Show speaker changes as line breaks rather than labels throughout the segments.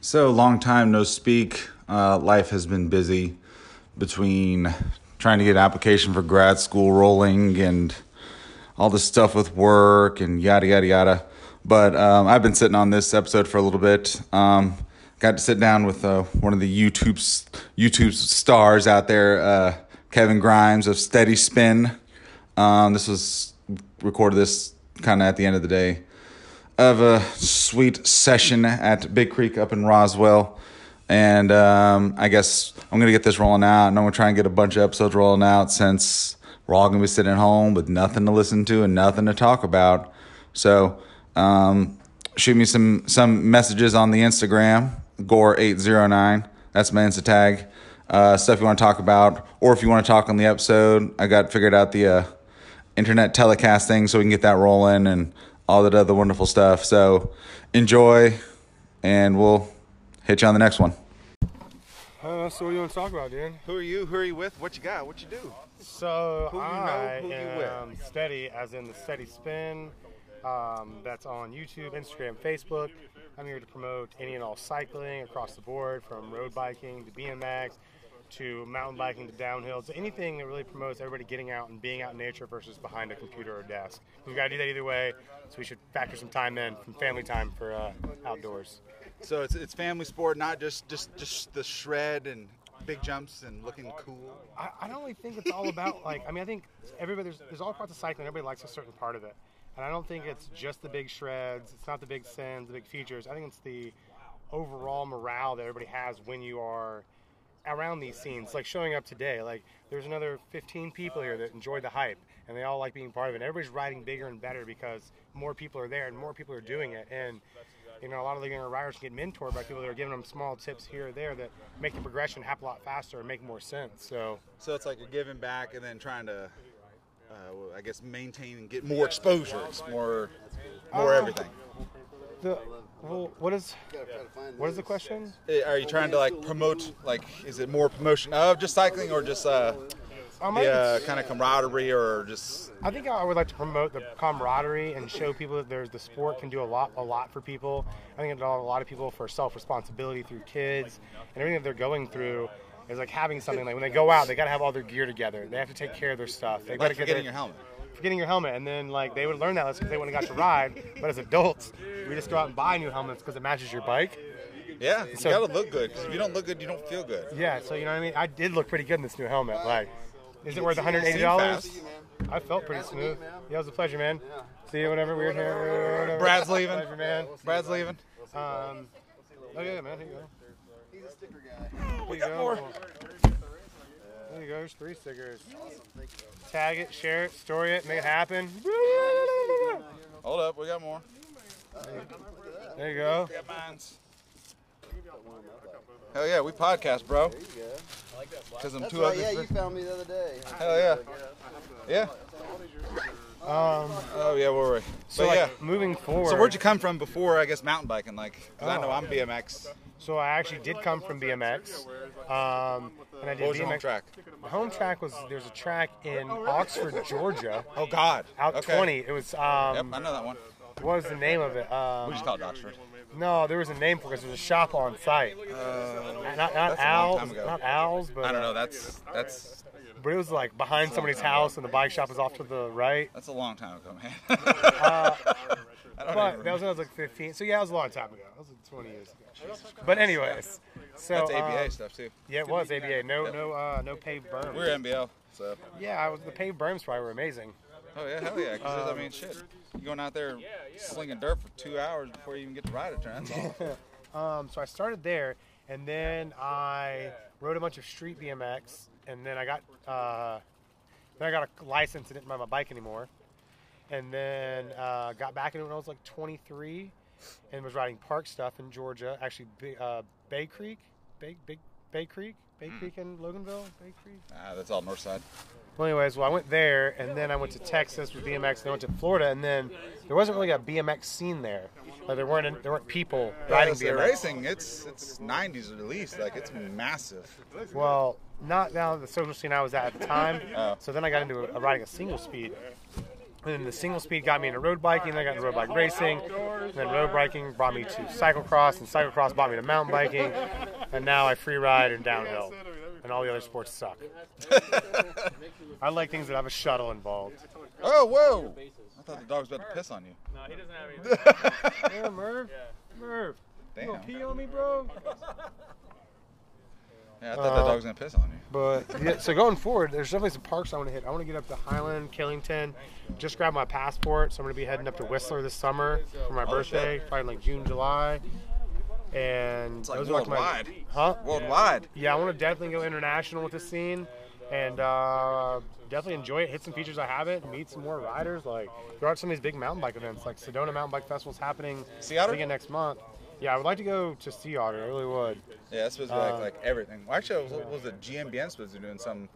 So, long time no speak. Uh, life has been busy between trying to get an application for grad school rolling and all this stuff with work and yada, yada, yada. But um, I've been sitting on this episode for a little bit. Um, got to sit down with uh, one of the YouTube's, YouTube stars out there, uh, Kevin Grimes of Steady Spin. Um, this was recorded this kind of at the end of the day of a sweet session at Big Creek up in Roswell. And um, I guess I'm going to get this rolling out and I'm going to try and get a bunch of episodes rolling out since we're all going to be sitting at home with nothing to listen to and nothing to talk about. So um, shoot me some, some messages on the Instagram, gore809. That's my Insta tag. Uh, stuff you want to talk about, or if you want to talk on the episode, I got figured out the uh, internet telecast thing so we can get that rolling and all that other wonderful stuff. So enjoy, and we'll hit you on the next one.
Uh, that's what you want to talk about, dude.
Who are you? Who are you with? What you got? What you do?
So
Who you know,
I
who you
am steady, as in the steady spin. Um, that's on YouTube, Instagram, Facebook. I'm here to promote any and all cycling across the board, from road biking to BMX to mountain biking to downhills. Anything that really promotes everybody getting out and being out in nature versus behind a computer or desk. We've got to do that either way, so we should factor some time in, some family time for uh, outdoors.
So it's it's family sport, not just just just the shred and big jumps and looking cool.
I, I don't really think it's all about like I mean I think everybody there's, there's all parts of cycling everybody likes a certain part of it and I don't think it's just the big shreds it's not the big sins the big features I think it's the overall morale that everybody has when you are around these scenes like showing up today like there's another 15 people here that enjoy the hype and they all like being part of it and everybody's riding bigger and better because more people are there and more people are doing it and you know a lot of the younger riders get mentored by people that are giving them small tips here or there that make the progression happen a lot faster and make more sense so
So it's like you're giving back and then trying to, uh, well, I guess, maintain and get more exposure. It's more more everything.
The, well, what is what is the question?
Eh, Are you trying to like promote? Like, is it more promotion of just cycling or just uh,
Um,
the
I,
uh,
think
kind of camaraderie or just
I think I would like to promote the camaraderie and show people that there's the sport can do a lot, a lot for people. I think it allows a lot of people for self responsibility through kids and everything that they're going through. Is like having something like when they go out, they gotta have all their gear together. They have to take care of their stuff. They
like
gotta get
forgetting
their-
your helmet?
forgetting your helmet, and then like they would learn that lesson because they wouldn't have got to ride. But as adults, we just go out and buy new helmets because it matches your bike.
Yeah, you
So-
gotta look good. 'cause if you don't look good, you don't feel good.
Yeah, so you know what I mean. I did look pretty good in this new helmet. Like, is it worth
Seem
$180?
fast.
I felt pretty smooth. Yeah, it was a pleasure, man. See you whenever we're here. whatever.
Brad's leaving.
Pleasure, man.
Brad's leaving.
Um, oh yeah, man. Here you go.
He's a sticker guy.
We
There
got
you
more.
go. There you go. There's three stickers. Tag it, share it, story it, make it happen.
Hold up, we got more.
There you go.
got mines. Hell yeah, we podcast, bro.
There you go.
Because I'm
That's
too
right.
ugly.
Yeah,
for-
you found me the other day.
Hell yeah. Yeah.
Um,
Oh yeah, where were we?
so
but
like
yeah.
moving forward.
So where'd you come from before? I guess mountain biking, like. 'cause I know I'm BMX.
So I actually did come from BMX, um, and I did
What was
BMX.
your home track?
My home track was there's a track in Oxford, Georgia.
Oh God.
Out
Oh, Okay.
20. It was
Yep,
um,
I know that one.
what was the name of it? Um,
We just call it Oxford.
No, there was a name for it. 'cause There was a shop on site. not not, not
Uh, that's a long
owls,
time ago.
not owls, but
I don't know. That's that's
but it was like behind somebody's house, and the bike shop was off to the right.
that's a long time ago, man. I don't
But
even
that was when I was like 15. So yeah, it was a long time ago. That was like 20 years ago. But anyways, so
that's
um,
ABA stuff too.
yeah, it was ABA. No, no, uh, no paved berms.
We We're NBL, so.
Yeah, I was, the paved berms probably were amazing.
Oh yeah, hell yeah. 'cause I mean, shit. You going out there slinging dirt for two hours before you even get to ride a turn. That's all.
Um, so I started there, and then I rode a bunch of street BMX, and then I got uh, then I got a license and didn't ride my bike anymore, and then uh, got back into it when I was like 23, and was riding park stuff in Georgia, actually Ba- uh, Bay Creek, Bay Big Bay Creek, Bay Creek in Loganville, Bay Creek.
Ah, that's all north side.
Well, anyways, well, I went there, and then I went to Texas with BMX, and I went to Florida, and then there wasn't really a BMX scene there. Like there weren't there weren't people riding
As they're
BMX.
racing, it's it's 90s at least. Like it's massive.
Well, not now the social scene I was at at the time.
Oh.
So then I got into a, riding a single speed, And then the single speed got me into road biking. Then I got into road bike racing. And then road biking brought me to cyclocross, and cyclocross brought me to mountain biking. And now I free ride and downhill. And all the other sports suck. I like things that have a shuttle involved.
Oh, whoa! I thought the dog was about to piss on you.
No, he doesn't have anything.
Yeah, Merv. Merv. You gonna
Damn.
pee on me, bro?
Yeah, I thought that dog was gonna piss on you.
But yeah, so going forward, there's definitely some parks I want to hit. I want to get up to Highland, Killington. Just grabbed my passport, so I'm gonna be heading up to Whistler this summer for my
Oh,
birthday, probably like June, July. And
like
those are like my
worldwide.
huh?
Worldwide.
Yeah, I want to definitely go international with this scene, and uh, definitely enjoy it. Hit some features I haven't, meet some more riders. Like there are some of these big mountain bike events, like Sedona Mountain Bike Festival's happening
Sea Otter?
beginning next month. Yeah, I would like to go to Sea Otter. I really would.
Yeah, that's supposed to be like, like everything. Well, actually, what was it? GMBN supposed to be doing some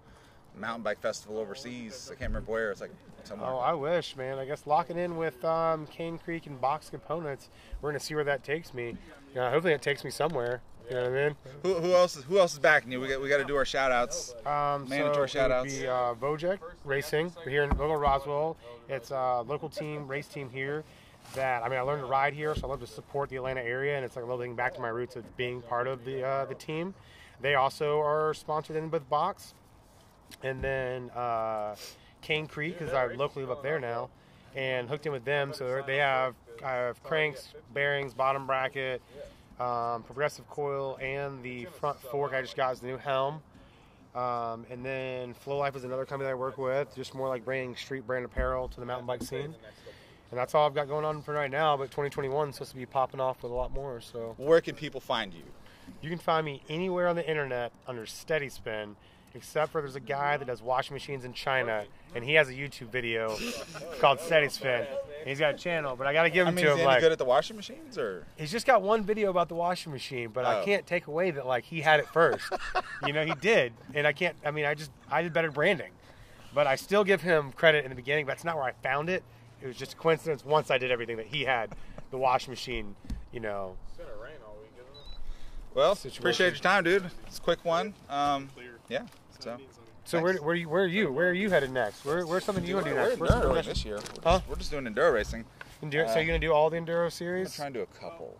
mountain bike festival overseas. I can't remember where. It's like somewhere.
Oh, I wish, man. I guess locking in with um, Cane Creek and Box Components, we're gonna see where that takes me. Uh, hopefully, it takes me somewhere. You know what I mean?
who, who else? Is, who else is backing you? We got we got to do our shout outs.
Um, so
Mandatory
it would
shout-outs.
be uh, Vojek Racing. We're here in local Roswell. It's a local team, race team here. That I mean, I learned to ride here, so I love to support the Atlanta area, and it's like loving back to my roots of being part of the uh, the team. They also are sponsored in with Box, and then uh, Cane Creek because I locally live up there now, and hooked in with them. So they're- they have I have cranks, bearings, bottom bracket, um, progressive coil, and the front fork. I just got is the new helm. Um, and then Flow Life is another company that I work with, just more like bringing street brand apparel to the mountain bike scene. And that's all I've got going on for right now. But 2021 is supposed to be popping off with a lot more. So
Where can people find you?
you can find me anywhere on the internet under Steady Spin, except for there's a guy that does washing machines in China, and he has a YouTube video called Steady Spin. And he's got a channel, but I got to give
I
him
mean,
to
is
him.
he any
Like,
good at the washing machines or?
he's just got one video about the washing machine, but I
Oh.
can't take away that like he had it first. you know, he did, and I can't. I mean, I just I did better branding, but I still give him credit in the beginning. But it's not where I found it. It was just a coincidence. Once I did everything that he had, the washing machine, you know,
Well, appreciate your time, dude. It's a quick one. Um, yeah. So.
So where, where, you, where are you? Where are you headed next? Where, where's something you want to do
We're
next? Where's
enduro
something
this year. We're just,
Huh?
we're just doing enduro racing.
Enduro-
Uh,
so you gonna do all the enduro
I'm
series?
trying to do a couple.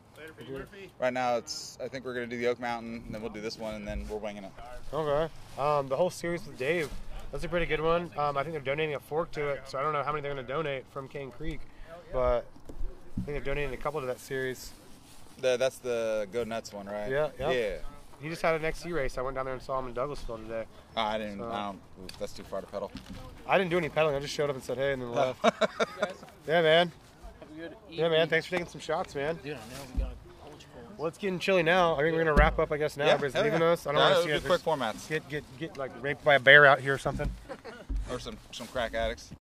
Right now, it's. I think we're gonna do the Oak Mountain, and then we'll do this one, and then we're winging it.
Okay. Um, the whole series with Dave. That's a pretty good one. Um, I think they're donating a fork to it, so I don't know how many they're gonna donate from Cane Creek, but I think they're donating a couple to that series.
The, that's the Go Nuts one, right?
Yeah, yeah.
Yeah.
He just had an XC race. I went down there and saw him in Douglasville today.
Oh, I didn't.
So-
I don't, oof, that's too far to pedal.
I didn't do any pedaling. I just showed up and said hey, and then left. yeah, man. Yeah, man. Thanks for taking some shots, man.
Dude, I know we got a bunch
Well, it's getting chilly now. I think we're gonna wrap up. I guess now everybody's
hell
leaving
yeah.
us. I don't
Yeah,
want to
it'll
see it.
be Uh, quick formats
get get get like raped by a bear out here or something.
or some some crack addicts.